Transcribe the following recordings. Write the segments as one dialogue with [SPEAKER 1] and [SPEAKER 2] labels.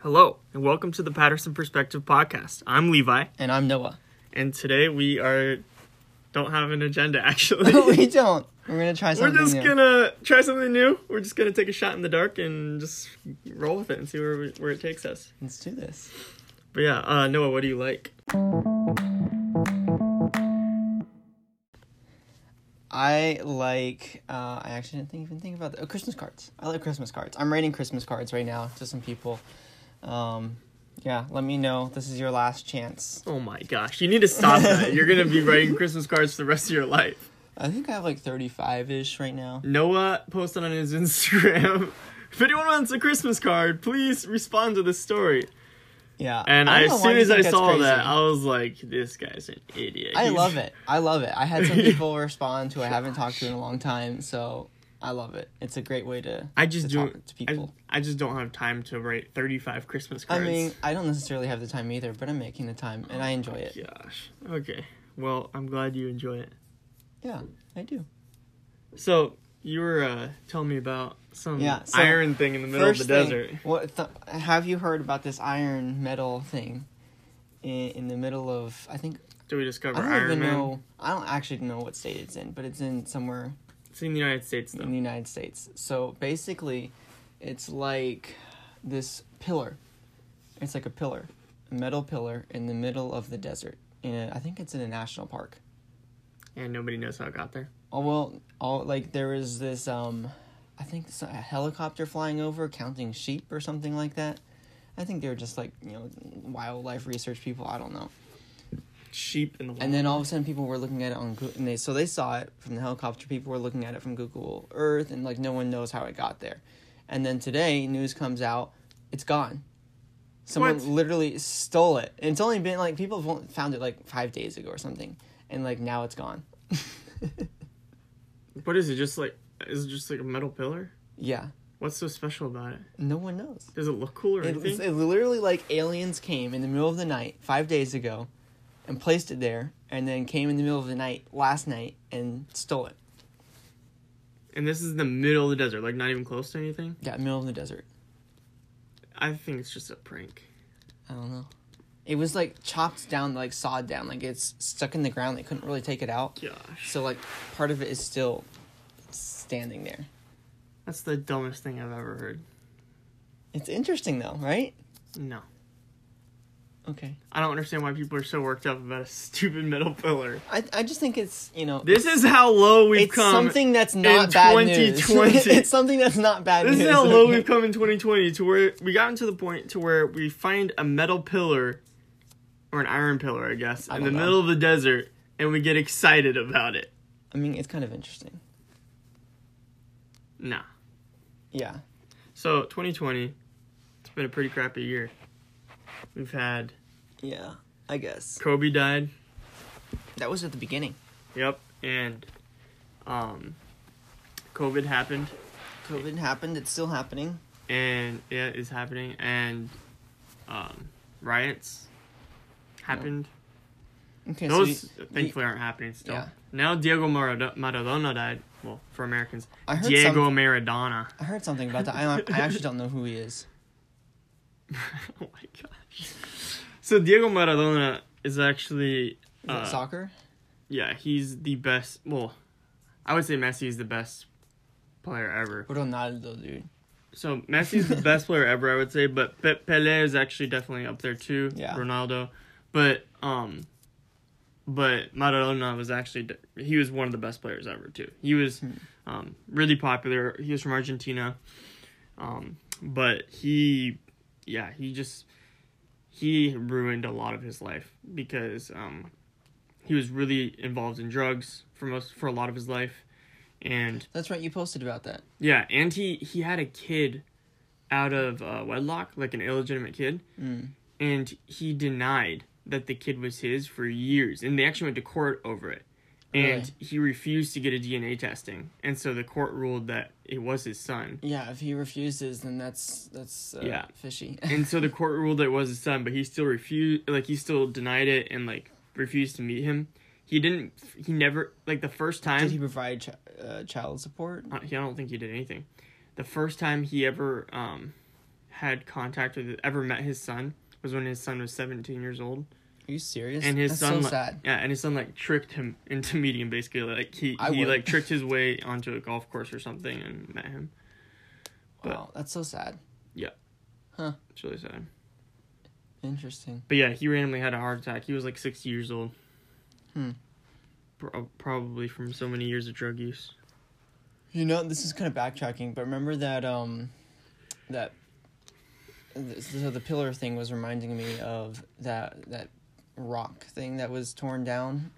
[SPEAKER 1] Hello, and welcome to the Patterson Perspective Podcast. I'm Levi,
[SPEAKER 2] And I'm Noah.
[SPEAKER 1] and today we are don't have an agenda actually.
[SPEAKER 2] Oh, we don't. We're gonna try
[SPEAKER 1] We're
[SPEAKER 2] something
[SPEAKER 1] just
[SPEAKER 2] new.
[SPEAKER 1] gonna try something new. We're just gonna take a shot in the dark and just roll with it and see where we- where it takes us.
[SPEAKER 2] Let's do this.
[SPEAKER 1] But yeah, uh, Noah, what do you like?
[SPEAKER 2] I like. Uh, I actually didn't think, even think about that. Oh, Christmas cards. I like Christmas cards. I'm writing Christmas cards right now to some people. Um, yeah, let me know. This is your last chance.
[SPEAKER 1] Oh my gosh, you need to stop that. You're gonna be writing Christmas cards for the rest of your life.
[SPEAKER 2] I think I have like 35 ish right now.
[SPEAKER 1] Noah posted on his Instagram. If anyone wants a Christmas card, please respond to this story.
[SPEAKER 2] Yeah.
[SPEAKER 1] And I,
[SPEAKER 2] I don't know
[SPEAKER 1] as
[SPEAKER 2] why
[SPEAKER 1] soon
[SPEAKER 2] you
[SPEAKER 1] as
[SPEAKER 2] think
[SPEAKER 1] I
[SPEAKER 2] that's
[SPEAKER 1] saw
[SPEAKER 2] crazy.
[SPEAKER 1] that, I was like, "This guy's an idiot."
[SPEAKER 2] I
[SPEAKER 1] He's-
[SPEAKER 2] love it. I love it. I had some people respond who I haven't talked to in a long time, so I love it. It's a great way to
[SPEAKER 1] I just
[SPEAKER 2] to
[SPEAKER 1] don't.
[SPEAKER 2] talk to people.
[SPEAKER 1] I, I just don't have time to write thirty-five Christmas
[SPEAKER 2] I
[SPEAKER 1] cards.
[SPEAKER 2] mean, I don't necessarily have the time either, but I'm making the time and I enjoy it.
[SPEAKER 1] gosh. Okay. Well, I'm glad you enjoy it.
[SPEAKER 2] Yeah, I do.
[SPEAKER 1] So you were uh, telling me about some
[SPEAKER 2] Yeah, so
[SPEAKER 1] iron thing in the middle of the
[SPEAKER 2] thing,
[SPEAKER 1] desert.
[SPEAKER 2] What th- have you heard about this iron metal thing in, in the middle of? I think
[SPEAKER 1] Did we discover
[SPEAKER 2] I don't
[SPEAKER 1] Iron
[SPEAKER 2] even
[SPEAKER 1] Man?
[SPEAKER 2] know. I don't actually know what state it's in, but it's in somewhere
[SPEAKER 1] It's in the United States, though.
[SPEAKER 2] in the United States. So basically, it's like this pillar. It's like a pillar, a metal pillar in the middle of the desert. In a, I think it's in a national park.
[SPEAKER 1] And nobody knows how it got there.
[SPEAKER 2] Oh well, all like there was this um, I think it's a helicopter flying over counting sheep or something like that. I think they were just like you know wildlife research people. I don't know.
[SPEAKER 1] Sheep in the wild.
[SPEAKER 2] And then all of a sudden, people were looking at it on Google, and they so they saw it from the helicopter. People were looking at it from Google Earth, and like no one knows how it got there. And then today, news comes out, it's gone. Someone
[SPEAKER 1] What?
[SPEAKER 2] literally stole it. And it's only been like people have only found it like five days ago or something, and like now it's gone.
[SPEAKER 1] what is it? Just like is it just like a metal pillar?
[SPEAKER 2] Yeah,
[SPEAKER 1] What's so special about it?
[SPEAKER 2] no one knows.
[SPEAKER 1] Does it look cool or
[SPEAKER 2] It,
[SPEAKER 1] anything?
[SPEAKER 2] it's- it literally like aliens came in the middle of the night five days ago, and placed it there, and then came in the middle of the night last night and stole it.
[SPEAKER 1] and this is in the middle of the desert, like not even close to anything.
[SPEAKER 2] Yeah, middle of the desert.
[SPEAKER 1] I think it's just a prank.
[SPEAKER 2] I don't know. It was like chopped down, like sawed down, like it's stuck in the ground. They couldn't really take it out,
[SPEAKER 1] Gosh,
[SPEAKER 2] so like part of it is still standing there.
[SPEAKER 1] that's the dumbest thing I've ever heard.
[SPEAKER 2] It's interesting though, right?
[SPEAKER 1] No.
[SPEAKER 2] Okay.
[SPEAKER 1] I don't understand why people are so worked up about a stupid metal pillar.
[SPEAKER 2] I I just think it's you know
[SPEAKER 1] This is how low we've
[SPEAKER 2] it's
[SPEAKER 1] come.
[SPEAKER 2] something that's not bad news.
[SPEAKER 1] 2020.
[SPEAKER 2] it's something that's not bad
[SPEAKER 1] this
[SPEAKER 2] news.
[SPEAKER 1] is how low
[SPEAKER 2] okay?
[SPEAKER 1] we've come in 2020 to where we gotten to the point to where we find a metal pillar or an iron pillar, I guess, in the
[SPEAKER 2] don't know.
[SPEAKER 1] middle of the desert and we get excited about it.
[SPEAKER 2] I mean, it's kind of interesting.
[SPEAKER 1] Nah.
[SPEAKER 2] Yeah.
[SPEAKER 1] So 2020, it's been a pretty crappy year. We've had
[SPEAKER 2] Yeah. I guess
[SPEAKER 1] Kobe died.
[SPEAKER 2] that was at the beginning.
[SPEAKER 1] Yep, and um, COVID happened.
[SPEAKER 2] COVID happened. It's still happening.
[SPEAKER 1] and yeah, it's happening, and um, riots happened.
[SPEAKER 2] Okay.
[SPEAKER 1] Those
[SPEAKER 2] so you- you-
[SPEAKER 1] thankfully aren't happening still.
[SPEAKER 2] Yeah.
[SPEAKER 1] Now Diego Marad- Maradona died. Well, for Americans,
[SPEAKER 2] I heard
[SPEAKER 1] Diego
[SPEAKER 2] something-
[SPEAKER 1] Maradona.
[SPEAKER 2] I heard something about that. I, don't- I actually don't know who he is.
[SPEAKER 1] oh my gosh! So Diego Maradona is actually
[SPEAKER 2] Is
[SPEAKER 1] uh,
[SPEAKER 2] it soccer?
[SPEAKER 1] yeah, he's the best. Well, I would say Messi is the best player ever.
[SPEAKER 2] Ronaldo, dude.
[SPEAKER 1] So Messi's the best player ever, I would say, but Pe- Pele is actually definitely up there too.
[SPEAKER 2] Yeah.
[SPEAKER 1] Ronaldo, but um, but Maradona was actually de- he was one of the best players ever too. He was um really popular. He was from Argentina, um, but he, yeah, he just he ruined a lot of his life because um, he was really involved in drugs for most for a lot of his life, and
[SPEAKER 2] That's right. You posted about that.
[SPEAKER 1] yeah, and he he had a kid out of uh, wedlock, like an illegitimate kid,
[SPEAKER 2] Mm.
[SPEAKER 1] and he denied that the kid was his for years, and they actually went to court over it. And he refused to get a DNA testing, and so the court ruled that it was his son.
[SPEAKER 2] Yeah, if he refuses, then that's that's uh,
[SPEAKER 1] Yeah.
[SPEAKER 2] fishy.
[SPEAKER 1] And so the court ruled that it was his son, but he still refused, like he still denied it and like refused to meet him. He didn't. He never like the first time.
[SPEAKER 2] Did he provide ch- uh, child support?
[SPEAKER 1] I I don't think he did anything. The first time he ever um, had contact with ever met his son was when his son was 17 years old
[SPEAKER 2] Are you serious?
[SPEAKER 1] and his
[SPEAKER 2] That's
[SPEAKER 1] son
[SPEAKER 2] so
[SPEAKER 1] like,
[SPEAKER 2] sad.
[SPEAKER 1] yeah and his son like tricked him into meeting him basically like he,
[SPEAKER 2] I
[SPEAKER 1] he
[SPEAKER 2] would.
[SPEAKER 1] like tricked his way onto a golf course or something and met him but-
[SPEAKER 2] Wow, that's so sad.
[SPEAKER 1] it's really sad
[SPEAKER 2] Interesting.
[SPEAKER 1] but yeah he randomly had a heart attack he was like 60 years old
[SPEAKER 2] Hmm.
[SPEAKER 1] Pro- probably from so many years of drug use
[SPEAKER 2] You know, this is kind of backtracking, but remember that um, that th- so the pillar thing was reminding me of that that rock thing that was torn down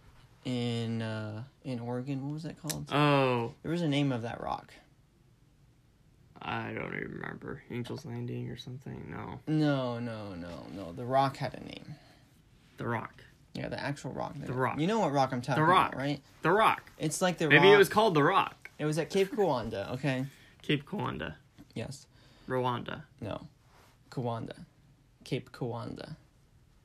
[SPEAKER 2] in uh in Oregon. What was that called?
[SPEAKER 1] oh
[SPEAKER 2] There was a name of that rock.
[SPEAKER 1] i don't even remember angel's landing or something no
[SPEAKER 2] No, no, no, no. The rock had a name.
[SPEAKER 1] the rock
[SPEAKER 2] Yeah, the actual rock.
[SPEAKER 1] The Rock.
[SPEAKER 2] You know what rock I'm talking
[SPEAKER 1] Rock.
[SPEAKER 2] about, right?
[SPEAKER 1] the rock
[SPEAKER 2] It's like the
[SPEAKER 1] maybe
[SPEAKER 2] rock.
[SPEAKER 1] it was called the rock
[SPEAKER 2] It was at Cape Kiwanda. Okay.
[SPEAKER 1] cape Kiwanda.
[SPEAKER 2] Yes.
[SPEAKER 1] rwanda
[SPEAKER 2] No. Kiwanda. Cape Kiwanda.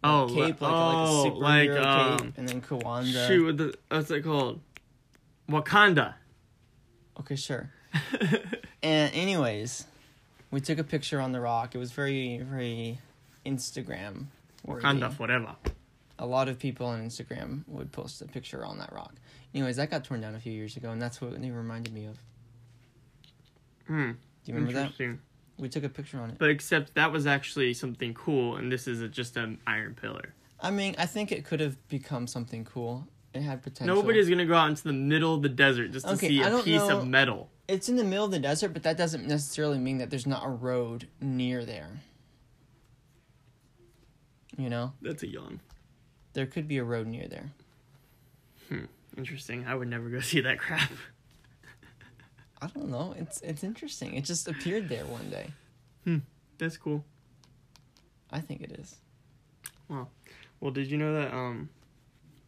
[SPEAKER 1] oh
[SPEAKER 2] Cape like,
[SPEAKER 1] oh,
[SPEAKER 2] like a superhero
[SPEAKER 1] like,
[SPEAKER 2] cape,
[SPEAKER 1] um,
[SPEAKER 2] and then Kiwanda.
[SPEAKER 1] Shoot, what the, what's it called? Wakanda.
[SPEAKER 2] Okay, sure. And anyways, we took a picture on the rock. It was very, very Instagram. worthy.
[SPEAKER 1] Wakanda forever.
[SPEAKER 2] A lot of people on Instagram would post a picture on that rock. Anyways, that got torn down a few years ago, and that's what they reminded me of.
[SPEAKER 1] Hmm.
[SPEAKER 2] Do you remember that?
[SPEAKER 1] Interesting.
[SPEAKER 2] We took a picture on it.
[SPEAKER 1] But except that was actually something cool, and this is a, just an iron pillar.
[SPEAKER 2] I mean, I think it could have become something cool. It had potential.
[SPEAKER 1] Nobody's gonna go out into the middle of the desert just to
[SPEAKER 2] Okay,
[SPEAKER 1] see
[SPEAKER 2] I
[SPEAKER 1] a
[SPEAKER 2] don't
[SPEAKER 1] piece
[SPEAKER 2] know-
[SPEAKER 1] of metal.
[SPEAKER 2] It's in the middle of the desert, but that doesn't necessarily mean that there's not a road near there. You know,
[SPEAKER 1] That's a yawn.
[SPEAKER 2] there could be a road near there.
[SPEAKER 1] Interesting. I would never go see that crap.
[SPEAKER 2] I don't know. It's it's interesting. It just appeared there one day.
[SPEAKER 1] That's cool.
[SPEAKER 2] I think it is.
[SPEAKER 1] Well, did you know that? Um,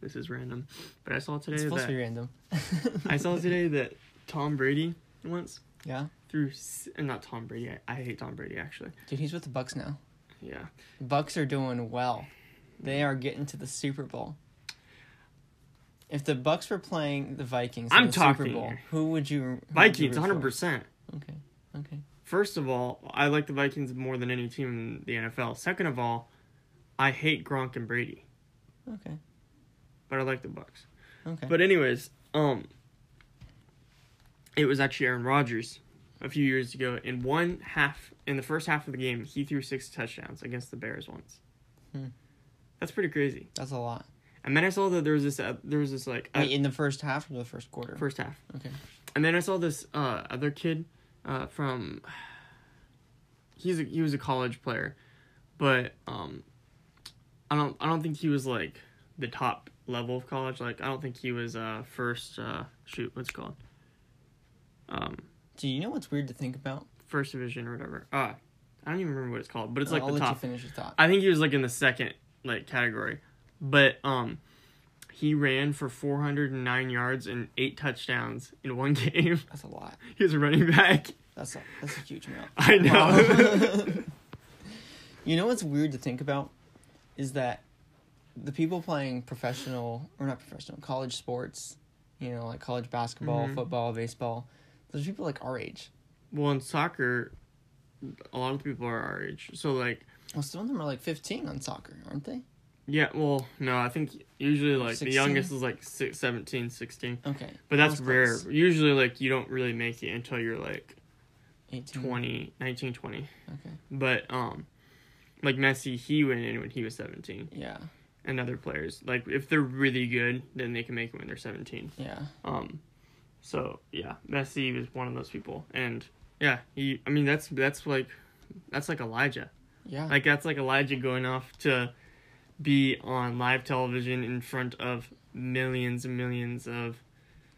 [SPEAKER 1] this is random, but I saw
[SPEAKER 2] It's
[SPEAKER 1] today
[SPEAKER 2] supposed to be
[SPEAKER 1] that
[SPEAKER 2] random.
[SPEAKER 1] I saw today that Tom Brady once
[SPEAKER 2] Yeah,
[SPEAKER 1] threw s- and not Tom Brady. I, I hate Tom Brady actually.
[SPEAKER 2] dude, he's with the Bucks now.
[SPEAKER 1] Yeah.
[SPEAKER 2] The Bucks are doing well. They are getting to the Super Bowl. If the Bucks were playing the Vikings in
[SPEAKER 1] I'm
[SPEAKER 2] the
[SPEAKER 1] talking
[SPEAKER 2] Super Bowl, who would you? who would you root
[SPEAKER 1] Vikings,
[SPEAKER 2] for?
[SPEAKER 1] hundred percent.
[SPEAKER 2] Okay. Okay.
[SPEAKER 1] First of all, I like the Vikings more than any team in the NFL. Second of all, I hate Gronk and Brady,
[SPEAKER 2] Okay.
[SPEAKER 1] but I like the Bucks.
[SPEAKER 2] Okay.
[SPEAKER 1] But anyways, um, it was actually Aaron Rodgers a few years ago. In one half, in the first half of the game, he threw six touchdowns against the Bears once.
[SPEAKER 2] Hmm.
[SPEAKER 1] That's pretty crazy.
[SPEAKER 2] That's a lot.
[SPEAKER 1] And then I saw that there was this uh, there was this like uh,
[SPEAKER 2] Wait, in the first half or the first quarter?
[SPEAKER 1] first half.
[SPEAKER 2] Okay.
[SPEAKER 1] And then I saw this uh, other kid uh, from. He's a, he was a college player, but um, I don't I don't think he was like the top level of college. Like I don't think he was uh first uh shoot what's it called um
[SPEAKER 2] Do you know what's weird to think about?
[SPEAKER 1] first division or whatever. Uh, I don't even remember what it's called, but it's like
[SPEAKER 2] I'll
[SPEAKER 1] the
[SPEAKER 2] let
[SPEAKER 1] top.
[SPEAKER 2] you finish your thought.
[SPEAKER 1] I think he was like in the second like category, but um, he ran for four hundred and nine yards and eight touchdowns in one game.
[SPEAKER 2] That's a lot.
[SPEAKER 1] he was a running back.
[SPEAKER 2] That's a, that's a huge amount.
[SPEAKER 1] I know.
[SPEAKER 2] you know what's weird to think about is that the people playing professional or not professional college sports, you know, like college basketball,
[SPEAKER 1] Mhm.
[SPEAKER 2] football, baseball. Those people like our age.
[SPEAKER 1] well, in soccer, a lot of people are our age. So like,
[SPEAKER 2] Well, some of them are like 15 on soccer, aren't they?
[SPEAKER 1] yeah. Well, no, I think usually like the
[SPEAKER 2] 16?
[SPEAKER 1] youngest is like six, 17, 16.
[SPEAKER 2] Okay.
[SPEAKER 1] But that's
[SPEAKER 2] That was
[SPEAKER 1] rare.
[SPEAKER 2] close.
[SPEAKER 1] Usually like you don't really make it until you're like
[SPEAKER 2] 18.
[SPEAKER 1] 20, 19, 20.
[SPEAKER 2] Okay.
[SPEAKER 1] But um like Messi, he went in when he was 17.
[SPEAKER 2] Yeah.
[SPEAKER 1] And other players, like if they're really good, then they can make it when they're 17.
[SPEAKER 2] Yeah.
[SPEAKER 1] Um, so yeah, Messi was one of those people, and yeah, he. I mean, that's that's like, that's like Elijah.
[SPEAKER 2] Yeah.
[SPEAKER 1] Like that's like Elijah going off to be on live television in front of millions and millions of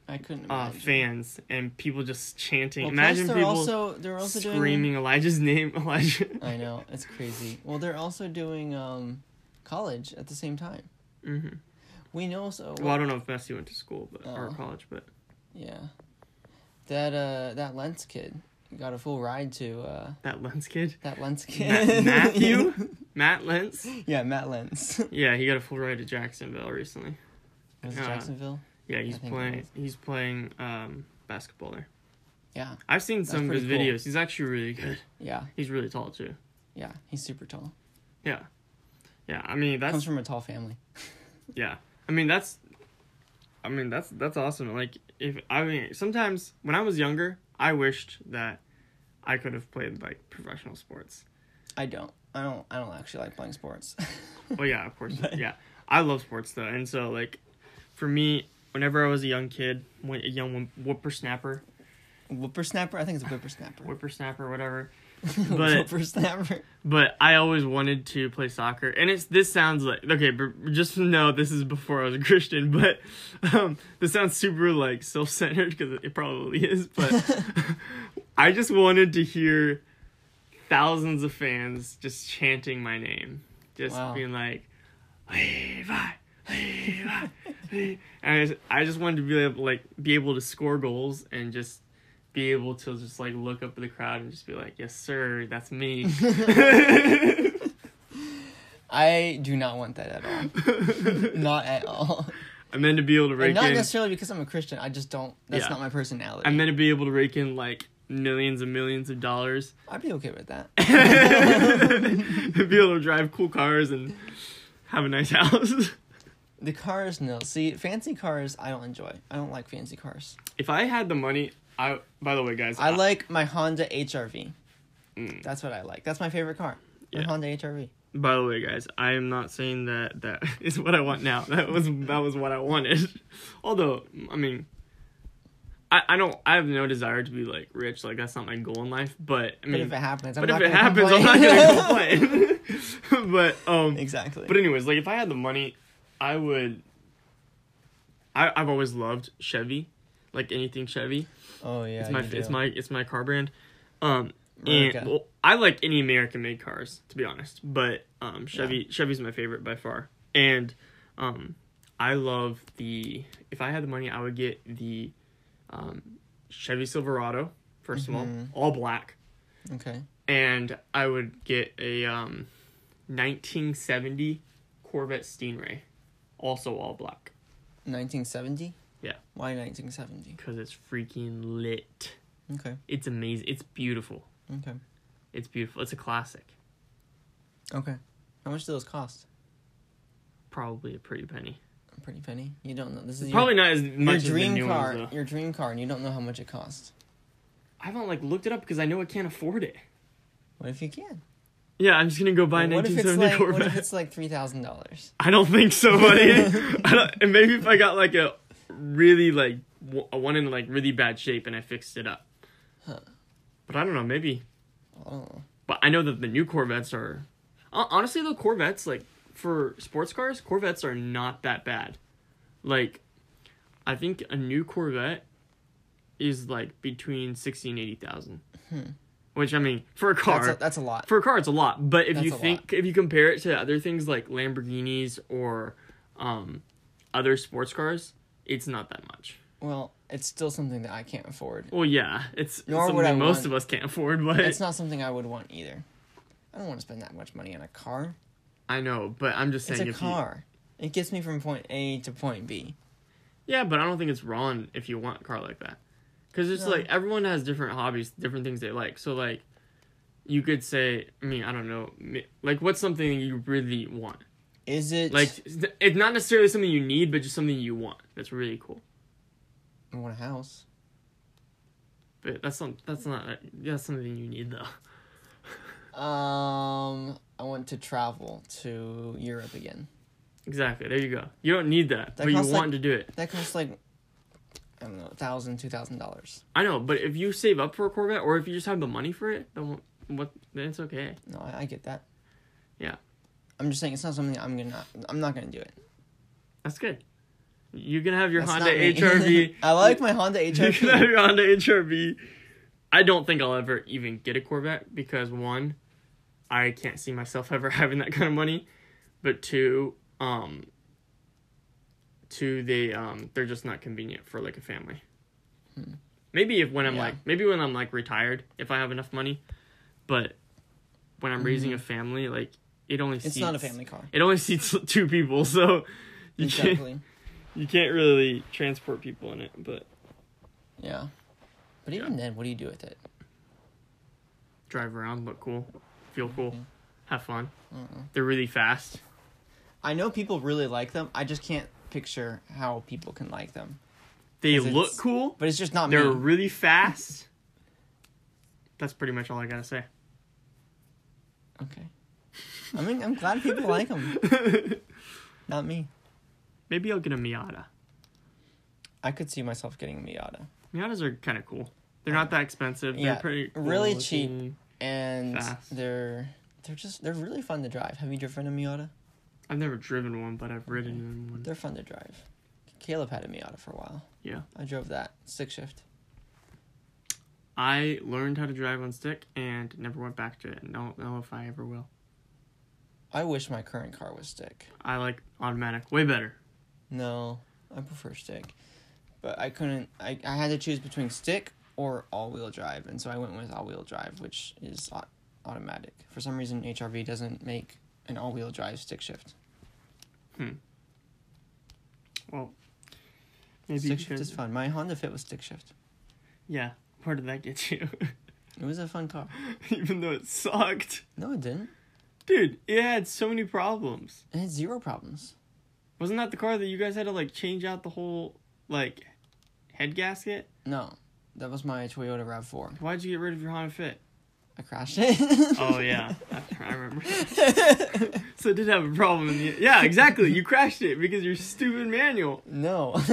[SPEAKER 2] I couldn't
[SPEAKER 1] uh,
[SPEAKER 2] imagine.
[SPEAKER 1] fans and people just chanting.
[SPEAKER 2] Well, plus
[SPEAKER 1] Imagine
[SPEAKER 2] they're
[SPEAKER 1] people
[SPEAKER 2] also they're also doing
[SPEAKER 1] screaming Elijah's name, Elijah.
[SPEAKER 2] I know, it's crazy. Well, they're also doing um, college at the same time.
[SPEAKER 1] hmm
[SPEAKER 2] We know so
[SPEAKER 1] Well, I don't know if Messi went to school but, or
[SPEAKER 2] Oh.
[SPEAKER 1] college, but
[SPEAKER 2] yeah. That uh that Lentz kid got a full ride to uh
[SPEAKER 1] that Lentz kid,
[SPEAKER 2] that Lentz
[SPEAKER 1] Ma-
[SPEAKER 2] kid.
[SPEAKER 1] Matthew, Matt Lentz.
[SPEAKER 2] yeah, Matt Lentz.
[SPEAKER 1] Yeah, he got a full ride to Jacksonville recently.
[SPEAKER 2] Was it
[SPEAKER 1] Uh,
[SPEAKER 2] Jacksonville?
[SPEAKER 1] Yeah, he's
[SPEAKER 2] think it
[SPEAKER 1] playing.
[SPEAKER 2] is.
[SPEAKER 1] He's playing um, basketball there.
[SPEAKER 2] Yeah.
[SPEAKER 1] I've seen
[SPEAKER 2] That's
[SPEAKER 1] some of his
[SPEAKER 2] pretty cool.
[SPEAKER 1] videos. He's actually really good.
[SPEAKER 2] Yeah.
[SPEAKER 1] He's really tall too.
[SPEAKER 2] Yeah, he's super tall.
[SPEAKER 1] Yeah. Yeah, I mean that's
[SPEAKER 2] Comes from a tall family.
[SPEAKER 1] yeah. I mean that's I mean that's that's awesome. Like if I mean sometimes when I was younger, I wished that I could have played like professional sports.
[SPEAKER 2] I don't. I don't. I don't actually like playing sports.
[SPEAKER 1] Well, Oh, yeah, of course. yeah. I love sports though. And so like for me, whenever I was a young kid, when a young whippersnapper,
[SPEAKER 2] whippersnapper. I think it's a whippersnapper.
[SPEAKER 1] whippersnapper whatever, but
[SPEAKER 2] whippersnapper.
[SPEAKER 1] but I always wanted to play soccer, and it's this sounds like okay, but just know this is before I was a Christian, but um, this sounds super like self centered because it probably is, but I just wanted to hear thousands of fans just chanting my name, just
[SPEAKER 2] Wow.
[SPEAKER 1] being like Levi, Levi, Levi. and I just, I just wanted to be able like be able to score goals and just be able to just like look up at the crowd and just be like, "Yes, sir, that's me."
[SPEAKER 2] I do not want that at all. not at all.
[SPEAKER 1] I'm then to be able to rake
[SPEAKER 2] Not
[SPEAKER 1] in.
[SPEAKER 2] necessarily because I'm a Christian. I just don't. That's
[SPEAKER 1] Yeah.
[SPEAKER 2] not my personality.
[SPEAKER 1] I'm then to be able to rake in like millions and millions of dollars.
[SPEAKER 2] I'd be okay with that.
[SPEAKER 1] be able to drive cool cars and have a nice house.
[SPEAKER 2] The cars, no. See, fancy cars, I don't enjoy. I don't like fancy cars.
[SPEAKER 1] if I had the money, I. By the way, guys,
[SPEAKER 2] I like my Honda HRV.
[SPEAKER 1] Mm.
[SPEAKER 2] That's what I like. That's my favorite car. My
[SPEAKER 1] Yeah.
[SPEAKER 2] Honda HRV.
[SPEAKER 1] By the way, guys, I am not saying that that is what I want now. That was that was what I wanted. Although, I mean, I I don't. I have no desire to be like rich. Like that's not my goal in life. But I
[SPEAKER 2] But
[SPEAKER 1] mean,
[SPEAKER 2] if it happens, I'm
[SPEAKER 1] Mm. but
[SPEAKER 2] not
[SPEAKER 1] if it
[SPEAKER 2] gonna
[SPEAKER 1] happens, I'm
[SPEAKER 2] complain.
[SPEAKER 1] not gonna complain. but um,
[SPEAKER 2] exactly.
[SPEAKER 1] But anyways, like if I had the money, I would. I I've always loved Chevy, like anything Chevy.
[SPEAKER 2] oh yeah,
[SPEAKER 1] It's my
[SPEAKER 2] you
[SPEAKER 1] it's
[SPEAKER 2] do.
[SPEAKER 1] my it's my car brand. Um,
[SPEAKER 2] America.
[SPEAKER 1] and well, I like any American made cars to be honest, but um Chevy Chevy's my favorite by far, and um I love the if I had the money I would get the um Chevy Silverado 1st
[SPEAKER 2] Mhm.
[SPEAKER 1] of all all black,
[SPEAKER 2] okay.
[SPEAKER 1] and I would get a um 1970 Corvette Stingray, also all black,
[SPEAKER 2] 1970.
[SPEAKER 1] Yeah.
[SPEAKER 2] Why 1970?
[SPEAKER 1] because it's freaking lit.
[SPEAKER 2] Okay.
[SPEAKER 1] It's amazing. It's beautiful.
[SPEAKER 2] Okay.
[SPEAKER 1] It's beautiful. It's a classic.
[SPEAKER 2] Okay. How much do those cost?
[SPEAKER 1] Probably a pretty penny.
[SPEAKER 2] A pretty penny. You don't know. This is
[SPEAKER 1] Probably
[SPEAKER 2] your,
[SPEAKER 1] not as much
[SPEAKER 2] your
[SPEAKER 1] as the
[SPEAKER 2] dream
[SPEAKER 1] new
[SPEAKER 2] car.
[SPEAKER 1] ones though.
[SPEAKER 2] your dream car, and you don't know how much it costs.
[SPEAKER 1] I haven't like looked it up because I know I can't afford it.
[SPEAKER 2] What if you can?
[SPEAKER 1] Yeah, I'm just gonna go buy a
[SPEAKER 2] what if it's
[SPEAKER 1] 1970
[SPEAKER 2] like? What if
[SPEAKER 1] Corvette.
[SPEAKER 2] it's like three thousand dollars?
[SPEAKER 1] I don't think so, buddy. I don't, and maybe if I got like a really like w- a one in like really bad shape and I fixed it up.
[SPEAKER 2] Huh.
[SPEAKER 1] But I don't know. Maybe.
[SPEAKER 2] Oh.
[SPEAKER 1] But I know that the new Corvettes are. Hon- Honestly, though, Corvettes like for sports cars, Corvettes are not that bad. Like, I think a new Corvette is like between sixty and eighty thousand. Which I mean, for a car,
[SPEAKER 2] Hmm. That's a, that's a lot.
[SPEAKER 1] for a car, it's a lot. But if you
[SPEAKER 2] That's a
[SPEAKER 1] think, if you compare it to other things like Lamborghinis or um, other sports cars, it's not that much.
[SPEAKER 2] Well, it's still something that I can't afford.
[SPEAKER 1] Well, yeah, it's, it's
[SPEAKER 2] Nor
[SPEAKER 1] something
[SPEAKER 2] would I
[SPEAKER 1] most
[SPEAKER 2] want-
[SPEAKER 1] of us can't afford, but
[SPEAKER 2] It's not something I would want either. I don't want to spend that much money on a car.
[SPEAKER 1] I know. But I'm just
[SPEAKER 2] It's
[SPEAKER 1] saying,
[SPEAKER 2] a
[SPEAKER 1] if you-
[SPEAKER 2] car. It gets me from point A to point B.
[SPEAKER 1] Yeah, but I don't think it's wrong if you want a car like that. Because it's
[SPEAKER 2] No.
[SPEAKER 1] like everyone has different hobbies, different things they like. So, like, you could say, I mean, I don't know, m- like, what's something you really want?
[SPEAKER 2] Is it
[SPEAKER 1] Like, it's- it's not necessarily something you need, but just something you want. That's really cool.
[SPEAKER 2] I want a house?
[SPEAKER 1] But that's not, that's not, that's something you need, though.
[SPEAKER 2] Um, I want to travel to Europe again.
[SPEAKER 1] Exactly. There you go. You don't need that,
[SPEAKER 2] That
[SPEAKER 1] but you
[SPEAKER 2] costs,
[SPEAKER 1] want
[SPEAKER 2] like-
[SPEAKER 1] to do it.
[SPEAKER 2] That costs like I don't know, thousand, two thousand dollars.
[SPEAKER 1] I know, but if you save up for a Corvette or if you just have the money for it, then wh- what, then it's okay.
[SPEAKER 2] No, I, I get that.
[SPEAKER 1] Yeah.
[SPEAKER 2] I'm just saying it's not something I'm gonna. Not, I'm not gonna do it.
[SPEAKER 1] That's good. You can have your
[SPEAKER 2] That's
[SPEAKER 1] Honda
[SPEAKER 2] not me.
[SPEAKER 1] HRV.
[SPEAKER 2] I like my Honda
[SPEAKER 1] You can
[SPEAKER 2] HRV.
[SPEAKER 1] have your Honda HRV. I don't think I'll ever even get a Corvette because one, I can't see myself ever having that kind of money, but two, um, two they um they're just not convenient for like a family. Maybe if when I'm
[SPEAKER 2] Hmm. Yeah.
[SPEAKER 1] like maybe when I'm like retired if I have enough money, but when I'm raising a family like it only
[SPEAKER 2] Mm-hmm. It's
[SPEAKER 1] seats,
[SPEAKER 2] not a family car.
[SPEAKER 1] It only seats two people, so you can't
[SPEAKER 2] Exactly.
[SPEAKER 1] you can't really transport people in it, but
[SPEAKER 2] Yeah. But even then, what do you do with it?
[SPEAKER 1] drive around look cool. feel cool,
[SPEAKER 2] Mm-hmm.
[SPEAKER 1] have fun. They're really fast.
[SPEAKER 2] I know people really like them. I just can't picture how people can like them.
[SPEAKER 1] They
[SPEAKER 2] 'Cause
[SPEAKER 1] look
[SPEAKER 2] it's-
[SPEAKER 1] cool.
[SPEAKER 2] But it's just not
[SPEAKER 1] They're
[SPEAKER 2] me.
[SPEAKER 1] really fast. That's pretty much all I gotta say.
[SPEAKER 2] Okay. I mean, I'm glad people like them. Not me.
[SPEAKER 1] Maybe I'll get a Miata.
[SPEAKER 2] I could see myself getting a Miata.
[SPEAKER 1] Miatas are kind of cool. They're not that expensive.
[SPEAKER 2] Yeah,
[SPEAKER 1] They're pretty cool
[SPEAKER 2] really cheap.
[SPEAKER 1] looking.
[SPEAKER 2] And
[SPEAKER 1] Fast.
[SPEAKER 2] they're they're just they're really fun to drive. Have you driven a Miata?
[SPEAKER 1] I've never driven one, but I've ridden in one.
[SPEAKER 2] They're fun to drive. Caleb had a Miata for a while.
[SPEAKER 1] Yeah.
[SPEAKER 2] I drove that stick shift.
[SPEAKER 1] I learned how to drive on stick and never went back to it. and Don't know if I ever will.
[SPEAKER 2] I wish my current car was stick.
[SPEAKER 1] I like automatic way better.
[SPEAKER 2] No, I prefer stick. But I couldn't. I, I had to choose between stick or all wheel drive, and so I went with all wheel drive, which is au- automatic. For some reason, HRV doesn't make an all wheel drive stick shift.
[SPEAKER 1] Maybe
[SPEAKER 2] stick
[SPEAKER 1] you
[SPEAKER 2] shift is
[SPEAKER 1] could-
[SPEAKER 2] fun. My Honda Fit was stick shift.
[SPEAKER 1] Yeah. Where did that get you?
[SPEAKER 2] It was a fun car.
[SPEAKER 1] Even though it sucked.
[SPEAKER 2] No, it didn't.
[SPEAKER 1] Dude, it had so many problems.
[SPEAKER 2] It had zero problems.
[SPEAKER 1] Wasn't that the car that you guys had to like change out the whole like head gasket?
[SPEAKER 2] No, that was my Toyota Rav4.
[SPEAKER 1] Why'd you get rid of your Honda Fit?
[SPEAKER 2] I crashed it.
[SPEAKER 1] Oh yeah, I remember. so it did have a problem in the yeah exactly. You crashed it because your stupid manual.
[SPEAKER 2] No.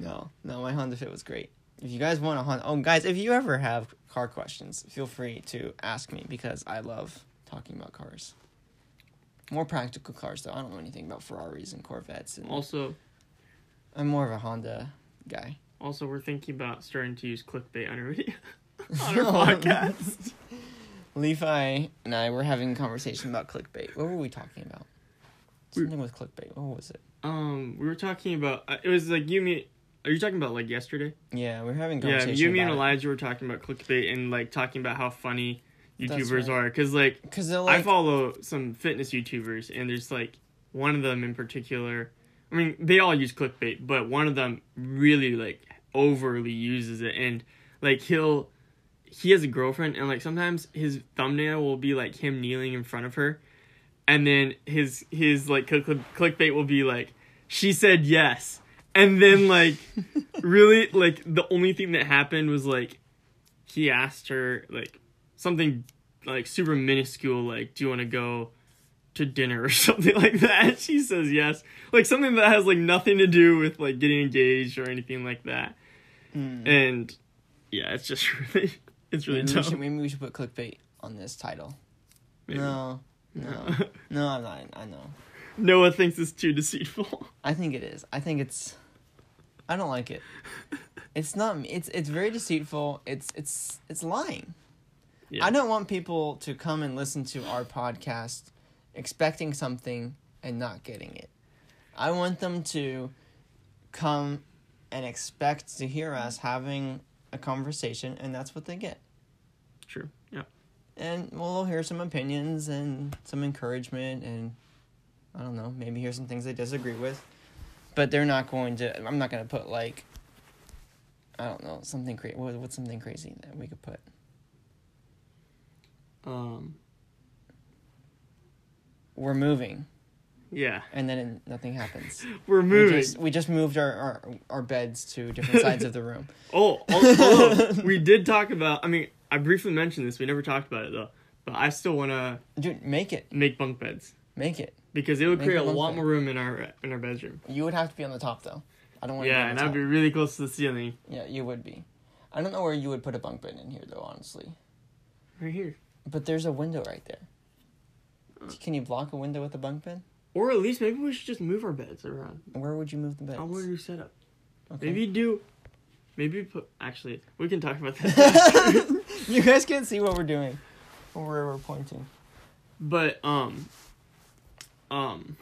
[SPEAKER 2] no, no, my Honda Fit was great. If you guys want a Honda, oh guys, if you ever have car questions, feel free to ask me because I love talking about cars. More practical cars though. I don't know anything about Ferraris and Corvettes, and
[SPEAKER 1] Also,
[SPEAKER 2] I'm more of a Honda guy.
[SPEAKER 1] also we're thinking about starting to use clickbait on our video- on our podcast.
[SPEAKER 2] Levi and I were having a conversation about clickbait. What were we talking about? Something with clickbait. What was it?
[SPEAKER 1] Um, we were talking about uh, it was like you me. Are you talking about like yesterday?
[SPEAKER 2] Yeah, we were having a
[SPEAKER 1] Yeah,
[SPEAKER 2] conversation.
[SPEAKER 1] you me and
[SPEAKER 2] about
[SPEAKER 1] Elijah were talking about clickbait and like talking about how funny
[SPEAKER 2] That's
[SPEAKER 1] YouTubers
[SPEAKER 2] right.
[SPEAKER 1] are because like
[SPEAKER 2] because they're
[SPEAKER 1] I
[SPEAKER 2] like,
[SPEAKER 1] follow some fitness YouTubers, and there's like one of them in particular. I mean, they all use clickbait, but one of them really like overly uses it, and like he'll he has a girlfriend, and like sometimes his thumbnail will be like him kneeling in front of her, and then his his like click, clickbait will be like she said yes, and then like really like the only thing that happened was like he asked her like something like super minuscule like do you want to go to dinner or something like that she says yes like something that has like nothing to do with like getting engaged or anything like that
[SPEAKER 2] Hmm.
[SPEAKER 1] and yeah it's just really it's really
[SPEAKER 2] maybe, we
[SPEAKER 1] dumb
[SPEAKER 2] should, maybe we should put clickbait on this title.
[SPEAKER 1] maybe.
[SPEAKER 2] No, no, no, I'm not. I know.
[SPEAKER 1] noah thinks it's too deceitful
[SPEAKER 2] I think it is. I think it's. I don't like it. It's not. It's it's very deceitful. It's it's it's lying.
[SPEAKER 1] Yeah.
[SPEAKER 2] I don't want people to come and listen to our podcast expecting something and not getting it. I want them to come and expect to hear us having a conversation, and that's what they get.
[SPEAKER 1] true yeah
[SPEAKER 2] and we'll hear some opinions and some encouragement and i don't know maybe hear some things they disagree with but they're not going to i'm not going to put like i don't know something crazy what, what's something crazy that we could put
[SPEAKER 1] um
[SPEAKER 2] we're moving
[SPEAKER 1] yeah
[SPEAKER 2] and then nothing happens
[SPEAKER 1] we're moving
[SPEAKER 2] we just, we just moved our, our our beds to different sides of the room
[SPEAKER 1] Oh, al- although we did talk about. I mean, I briefly mentioned this. We never talked about it though. But I still want to
[SPEAKER 2] dude make it
[SPEAKER 1] make bunk beds
[SPEAKER 2] make it
[SPEAKER 1] because it would
[SPEAKER 2] Make a
[SPEAKER 1] create a
[SPEAKER 2] bunk
[SPEAKER 1] lot
[SPEAKER 2] bed.
[SPEAKER 1] more room in our in our bedroom.
[SPEAKER 2] you would have to be on the top though i don't want
[SPEAKER 1] yeah, and
[SPEAKER 2] to be on
[SPEAKER 1] that'd
[SPEAKER 2] the
[SPEAKER 1] be
[SPEAKER 2] top.
[SPEAKER 1] really close to the ceiling.
[SPEAKER 2] yeah you would be i don't know where you would put a bunk bed in here though honestly
[SPEAKER 1] Right here,
[SPEAKER 2] But there's a window right there. Can you block a window with a bunk bed?
[SPEAKER 1] or at least maybe we should just move our beds around.
[SPEAKER 2] Where would you move the bed?
[SPEAKER 1] I'll move your setup.
[SPEAKER 2] Okay.
[SPEAKER 1] Maybe do. Maybe put. Actually, we can talk about that.
[SPEAKER 2] you guys can't see what we're doing or where we're pointing.
[SPEAKER 1] but um, um,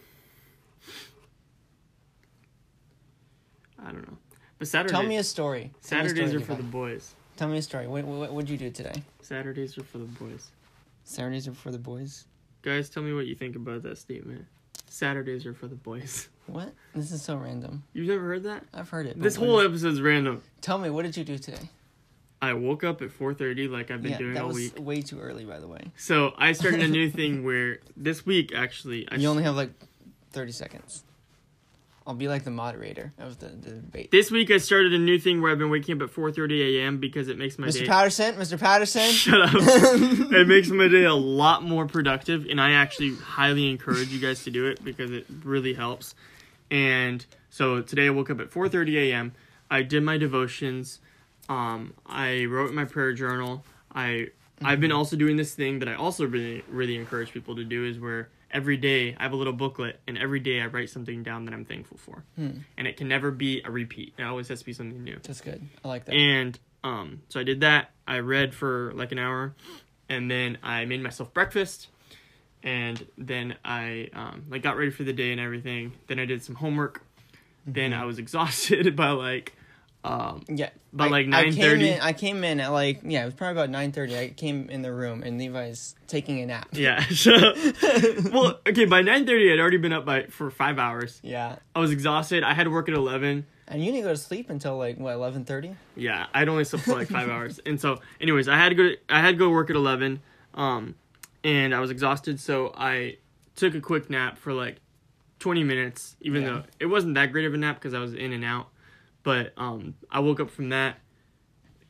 [SPEAKER 1] I don't know. But Saturday,
[SPEAKER 2] Tell me a story. Tell me a
[SPEAKER 1] Saturdays
[SPEAKER 2] story,
[SPEAKER 1] are for the
[SPEAKER 2] Levi.
[SPEAKER 1] boys.
[SPEAKER 2] Tell me a story. What what would you do today?
[SPEAKER 1] Saturdays are for the boys.
[SPEAKER 2] Saturdays are for the boys.
[SPEAKER 1] Guys, tell me what you think about that statement. Saturdays are for the boys.
[SPEAKER 2] What? This is so random.
[SPEAKER 1] You've never heard that?
[SPEAKER 2] I've heard it. but
[SPEAKER 1] This
[SPEAKER 2] what
[SPEAKER 1] whole e-
[SPEAKER 2] is-
[SPEAKER 1] episode's random.
[SPEAKER 2] Tell me, what did you do today?
[SPEAKER 1] I woke up at 4:30 like I've been
[SPEAKER 2] yeah,
[SPEAKER 1] doing
[SPEAKER 2] that
[SPEAKER 1] all
[SPEAKER 2] was
[SPEAKER 1] week.
[SPEAKER 2] way too early, by the way.
[SPEAKER 1] So I started a new thing where this week actually I
[SPEAKER 2] you
[SPEAKER 1] s-
[SPEAKER 2] only have like 30 seconds. I'll be like the moderator of the, the debate.
[SPEAKER 1] this week I started a new thing where I've been waking up at 4:30 a.m. because it makes my
[SPEAKER 2] Mr.
[SPEAKER 1] day
[SPEAKER 2] Patterson, Mr. Patterson.
[SPEAKER 1] Shut up. it makes my day a lot more productive, and I actually highly encourage you guys to do it because it really helps. And so today I woke up at 4:30 a.m. I did my devotions. Um, I wrote my prayer journal. I I've been also doing this thing that I also really really encourage people to do is where every day I have a little booklet, and every day I write something down that I'm thankful for, and it can never be a repeat. It always has to be something new.
[SPEAKER 2] That's good. I like that.
[SPEAKER 1] And um, so I did that. I read for like an hour, and then I made myself breakfast, and then I um, like got ready for the day and everything. Then I did some homework. Then I was exhausted by like, um,
[SPEAKER 2] yeah.
[SPEAKER 1] by,
[SPEAKER 2] I-
[SPEAKER 1] like,
[SPEAKER 2] I came
[SPEAKER 1] 9:30.
[SPEAKER 2] in- I came in at like, yeah, it was probably about 9.30. I came in the room and Levi's taking a nap.
[SPEAKER 1] yeah. So, well, okay. By nine thirty, I'd already been up by for five hours.
[SPEAKER 2] Yeah.
[SPEAKER 1] I was exhausted. I had to work at eleven.
[SPEAKER 2] And you didn't go to sleep until like, what, 11.30?
[SPEAKER 1] Yeah, I'd only slept for like five hours, and so, anyways, I had to go. I had to go work at eleven, um, and I was exhausted, so I took a quick nap for like twenty minutes. Even
[SPEAKER 2] Yeah.
[SPEAKER 1] though it wasn't that great of a nap because I was in and out, but um, I woke up from that,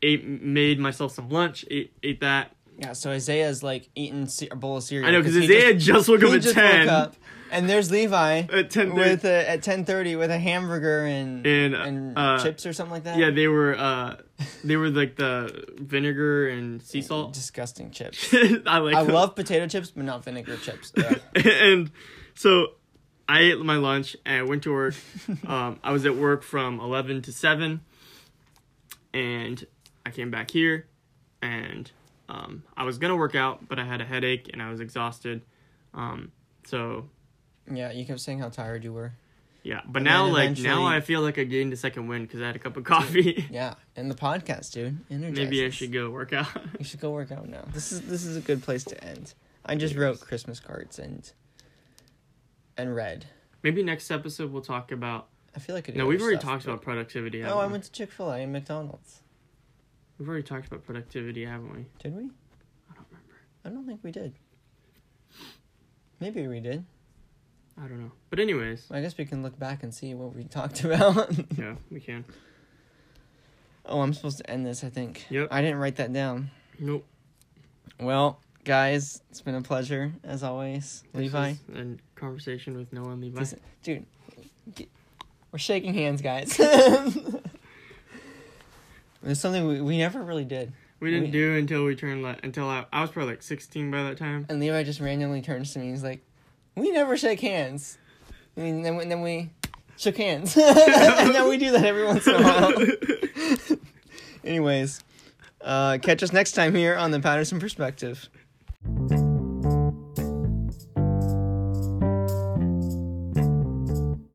[SPEAKER 1] ate, made myself some lunch, ate, ate that.
[SPEAKER 2] Yeah, so Isaiah's like eating ce- a bowl of cereal.
[SPEAKER 1] I know because
[SPEAKER 2] he
[SPEAKER 1] Isaiah just, woke up
[SPEAKER 2] he
[SPEAKER 1] at
[SPEAKER 2] just
[SPEAKER 1] ten.
[SPEAKER 2] woke up, and there's Levi
[SPEAKER 1] At 10:30.
[SPEAKER 2] with a, at ten thirty with a hamburger and
[SPEAKER 1] And, uh,
[SPEAKER 2] chips or something like that.
[SPEAKER 1] Yeah, they were uh, they were like the vinegar and sea salt.
[SPEAKER 2] disgusting chips.
[SPEAKER 1] I like.
[SPEAKER 2] I
[SPEAKER 1] those.
[SPEAKER 2] love potato chips, but not vinegar chips. Ugh.
[SPEAKER 1] and so I ate my lunch and I went to work. um, I was at work from 11 to 7. And I came back here and um, I was going to work out, but I had a headache and I was exhausted. Um, so,
[SPEAKER 2] yeah, you kept saying how tired you were.
[SPEAKER 1] yeah. But
[SPEAKER 2] And
[SPEAKER 1] now,
[SPEAKER 2] then
[SPEAKER 1] like, now
[SPEAKER 2] eventually-
[SPEAKER 1] I feel like I gained a second wind because I had a cup of coffee.
[SPEAKER 2] Yeah, and the podcast, dude. Energizes.
[SPEAKER 1] Maybe I should go work out.
[SPEAKER 2] You should go work out now. This is this is a good place to end. I just wrote Christmas cards and and read.
[SPEAKER 1] Maybe next episode we'll talk about.
[SPEAKER 2] I feel like I do
[SPEAKER 1] No, we've
[SPEAKER 2] other
[SPEAKER 1] already
[SPEAKER 2] stuff,
[SPEAKER 1] talked about productivity.
[SPEAKER 2] but-
[SPEAKER 1] haven't
[SPEAKER 2] Oh, I
[SPEAKER 1] we?
[SPEAKER 2] went to Chick Fil A and McDonald's.
[SPEAKER 1] We've already talked about productivity, haven't we?
[SPEAKER 2] Did we?
[SPEAKER 1] I don't remember.
[SPEAKER 2] I don't think we did. Maybe we did.
[SPEAKER 1] I don't know. But, anyways.
[SPEAKER 2] I guess we can look back and see what we talked about.
[SPEAKER 1] Yeah, we can.
[SPEAKER 2] oh, I'm supposed to end this, I think.
[SPEAKER 1] Yep.
[SPEAKER 2] I didn't write that down.
[SPEAKER 1] Nope.
[SPEAKER 2] Well, guys, it's been a pleasure as always.
[SPEAKER 1] This
[SPEAKER 2] Levi.
[SPEAKER 1] is A conversation with Noah and Levi.
[SPEAKER 2] This- dude, get- we're shaking hands, guys. It's something we, we never really did.
[SPEAKER 1] We didn't
[SPEAKER 2] we-
[SPEAKER 1] do until we turned like until I, I was probably like sixteen by that time.
[SPEAKER 2] And Levi just randomly turns to me and he's like, We never shake hands. I mean, then, we- then we shook hands. and then we do that every once in a while. Anyways, uh, catch us next time here on the Patterson Perspective.